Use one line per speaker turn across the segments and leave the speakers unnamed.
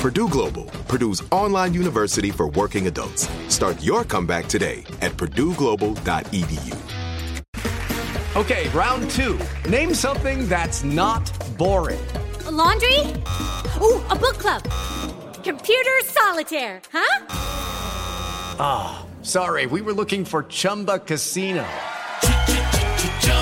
Purdue Global, Purdue's online university for working adults. Start your comeback today at purdueglobal.edu.
Okay, round two. Name something that's not boring.
A laundry? Ooh, a book club. Computer solitaire, huh?
Ah, sorry, we were looking for Chumba Casino.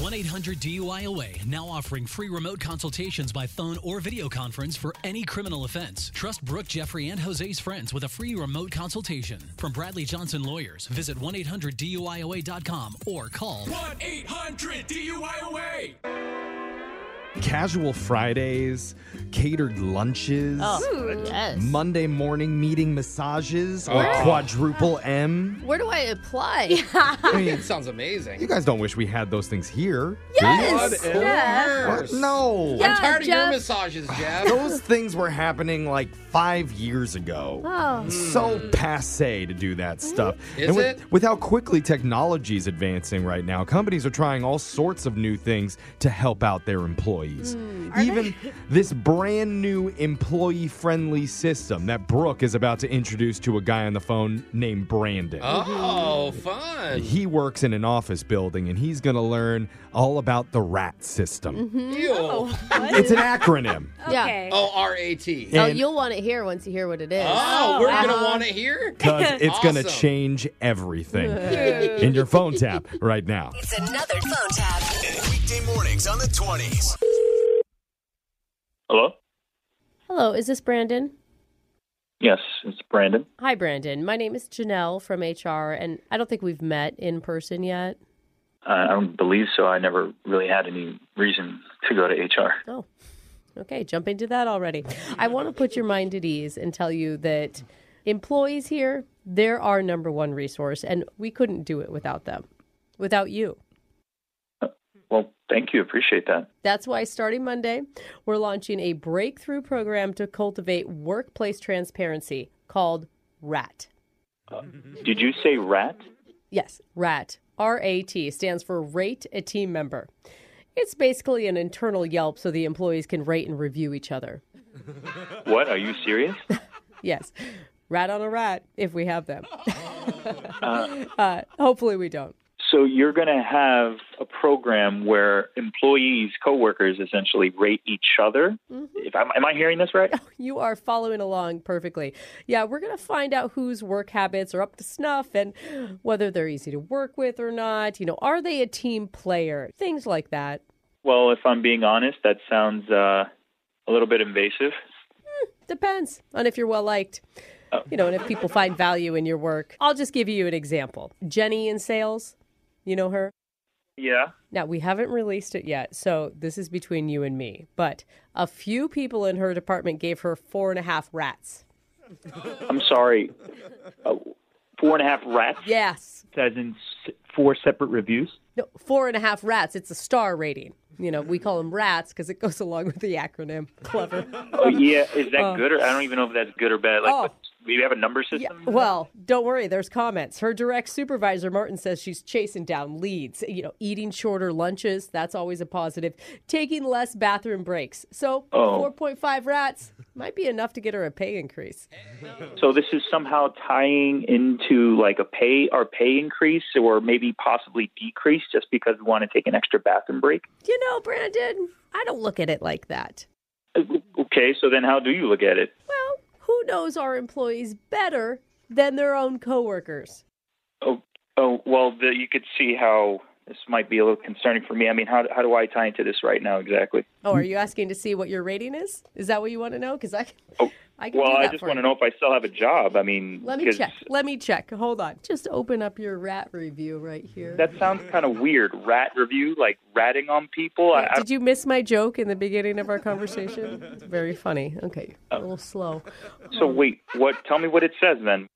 1 800 DUIOA now offering free remote consultations by phone or video conference for any criminal offense. Trust Brooke, Jeffrey, and Jose's friends with a free remote consultation. From Bradley Johnson Lawyers, visit 1 800 DUIOA.com or call
1 800 DUIOA.
Casual Fridays, catered lunches,
Oh, yes.
Monday morning meeting massages, or
Oh.
quadruple M.
Where do I apply?
I mean,
It sounds amazing.
you guys don't wish we had those things here.
Yes!
Good
What?
Lord.
No.
Yeah,
I'm tired of
Jeff.
your massages, Jeff.
Those things were happening like five years ago.
Oh.
It's so passe to do that stuff.
Is
and with,
it?
with how quickly technology is advancing right now, companies are trying all sorts of new things to help out their employees. Even this brand new employee friendly system that Brooke is about to introduce to a guy on the phone named Brandon.
oh, fun.
He works in an office building and he's going to learn all about the RAT system.
Ew. Oh,
It's an acronym.
Yeah.
R-A-T.
Oh,
And-
you'll want to hear once you hear what it is.
Oh, we're going
uh-huh.
to want it here?
because it's going to
Awesome.
change everything in your phone tap right now.
It's another phone tap.
Weekday mornings on the 20s.
Hello?
Hello, is this Brandon?
Yes, it's Brandon.
Hi, Brandon. My name is Janelle from HR, and I don't think we've met in person yet.
Uh, I don't believe so. I never really had any reason to go to HR.
Oh, okay. Jumping to that already. I want to put your mind at ease and tell you that employees here, they're our number one resource, and we couldn't do it without them, without you.
Well, thank you. Appreciate that.
That's why starting Monday, we're launching a breakthrough program to cultivate workplace transparency called RAT.
Did you say rat?
Yes, RAT. R A T stands for Rate a Team Member. It's basically an internal Yelp so the employees can rate and review each other.
What? Are you serious?
Yes, rat on a rat if we have them. uh, hopefully we don't.
So you're going to have a program where employees, coworkers, essentially rate each other. If I'm, am I hearing this right?
You are following along perfectly. Yeah, we're going to find out whose work habits are up to snuff and whether they're easy to work with or not. You know, are they a team player? Things like that.
Well, if I'm being honest, that sounds uh, a little bit invasive.
Depends on if you're well liked. You know, and if people find value in your work. I'll just give you an example. Jenny in sales, you know her?
Yeah.
Now, we haven't released it yet, so this is between you and me. But a few people in her department gave her four and a half rats.
I'm sorry. Uh, four and a half rats,
Yes.
as in s- four separate reviews.
No, four and a half rats. It's a star rating. you know, we call them rats because it goes along with the acronym. Clever.
Oh yeah, is that good or I don't even know if that's good or bad. Like,
Oh.
what, do you have a number system?
Well, don't worry. There's comments. Her direct supervisor, Martin, says she's chasing down leads. You know, eating shorter lunches. That's always a positive. Taking less bathroom breaks. So,
Oh.
4.5 rats might be enough to get her a pay increase.
So this is somehow tying into like a pay or pay increase or maybe possibly decrease just because we want to take an extra bathroom break.
You know, Brandon, I don't look at it like that.
Okay, so then how do you look at it?
Well, who knows our employees better than their own coworkers?
Oh, oh well, the, you could see how this might be a little concerning for me. I mean, how how do I tie into this right now exactly?
Oh, are you asking to see what your rating is? Is that what you want to know? Because I can, I can
Oh, well,
do that
I just
for
want to
you.
know if I still have a job. I mean,
Let me
'cause
check. Let me check. Hold on. Just open up your rat review right here.
That sounds kind of weird. Rat review, like ratting on people. I, I,
Did you miss my joke in the beginning of our conversation? It's very funny. Okay, a
Uh.
little slow.
so wait, what? Tell me what it says then.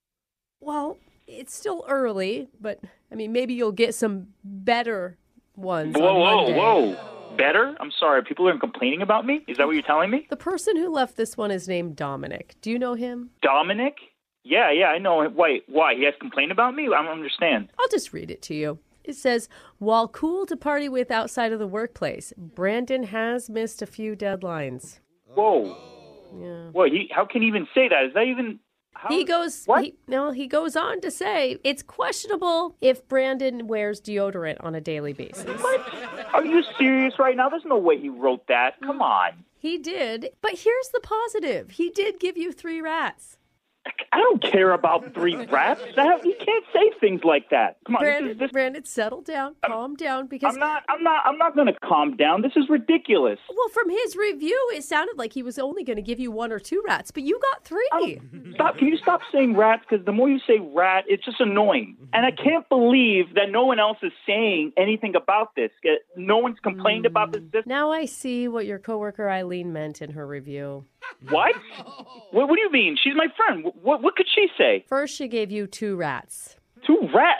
Well, it's still early, but I mean, maybe you'll get some better ones. on
Whoa, whoa,
Monday.
whoa! Better? I'm sorry. People are complaining about me. Is that what you're telling me?
The person who left this one is named Dominic. Do you know him?
Dominic? Yeah, yeah, I know. Why? Why he has complained about me? I don't understand.
I'll just read it to you. It says, while cool to party with outside of the workplace, Brandon has missed a few deadlines.
Whoa.
Yeah.
Whoa. He, how can he even say that? Is that even? How,
He goes
What?
He, no, he goes on to say it's questionable if Brandon wears deodorant on a daily basis.
Are you serious right now? There's no way he wrote that. Come on.
He did, but here's the positive. He did give you 3 rats.
I don't care about three raps. That, you can't say things like that. Come on. This
Brandon,
is, this,
Brandon, settle down, calm down because
I'm not. I'm not. I'm not going to calm down. This is ridiculous.
well, from his review, it sounded like he was only going to give you one or two rats, but you got 3.
Oh. Stop! Can you stop saying rats? Because the more you say rat, it's just annoying.
Mm-hmm.
And I can't believe that no one else is saying anything about this. Uh, No one's complained about this. this
Now I see what your coworker Eileen meant in her review.
what? what? What do you mean? She's my friend. Wh- What? What could she say?
First, she gave you two rats.
Two rat?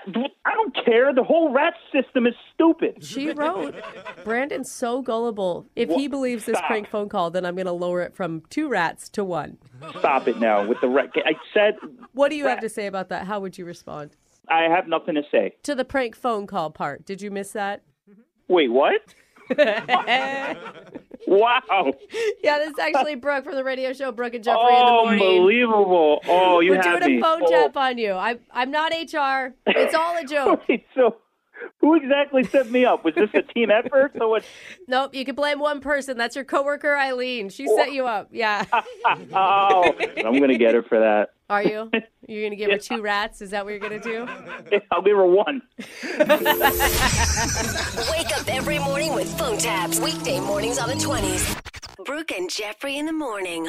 I don't care. The whole rat system is stupid.
She wrote, Brandon's so gullible. If he believes this
Stop.
prank phone call, then I'm going to lower it from two rats to one.
Stop it now with the rat. I said
What do you have to say about that? How would you respond?
I have nothing to say.
To the prank phone call part. Did you miss that?
Wait, what? wow.
Yeah, this is actually Brooke from the radio show, Brooke and Jeffrey in the morning.
Unbelievable. Oh, you
We're
Oh, had
doing
me.
a phone
Oh.
tap on you. I, I'm not HR. It's all a joke.
Wait, so who exactly set me up? Was this a team effort? So what?
nope, you can blame one person. That's your coworker, Eileen. She set you up. Yeah.
Oh, I'm gonna get her for that.
Are you? You're going to give her two rats? Is that what you're going to do?
I'll give her one.
Oh. Wake up every morning with phone taps. Weekday mornings on the 20s. Brooke and Jeffrey in the morning.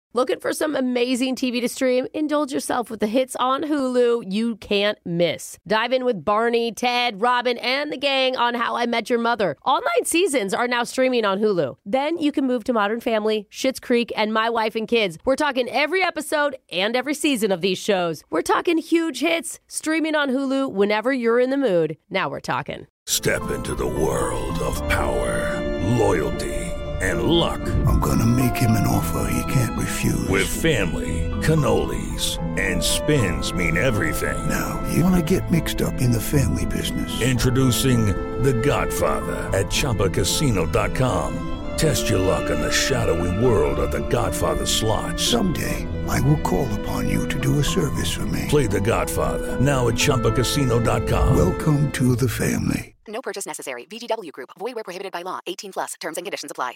Looking for some amazing TV to stream? Indulge yourself with the hits on Hulu you can't miss. Dive in with Barney, Ted, Robin, and the gang on How I Met Your Mother. All nine seasons are now streaming on Hulu. Then you can move to Modern Family, Schitt's Creek, and My Wife and Kids. We're talking every episode and every season of these shows. We're talking huge hits, streaming on Hulu whenever you're in the mood. Now we're talking.
Step into the world of power, loyalty, and luck. I'm going to make him an offer he can't refuse. With family, cannolis, and spins mean everything. Now, you want to get mixed up in the family business? Introducing The Godfather at ChumbaCasino.com. Test your luck in the shadowy world of The Godfather slot. Someday, I will call upon you to do a service for me. Play The Godfather now at ChumbaCasino.com. Welcome to the family.
No purchase necessary. VGW Group. Void where prohibited by law. 18 plus. Terms and conditions apply.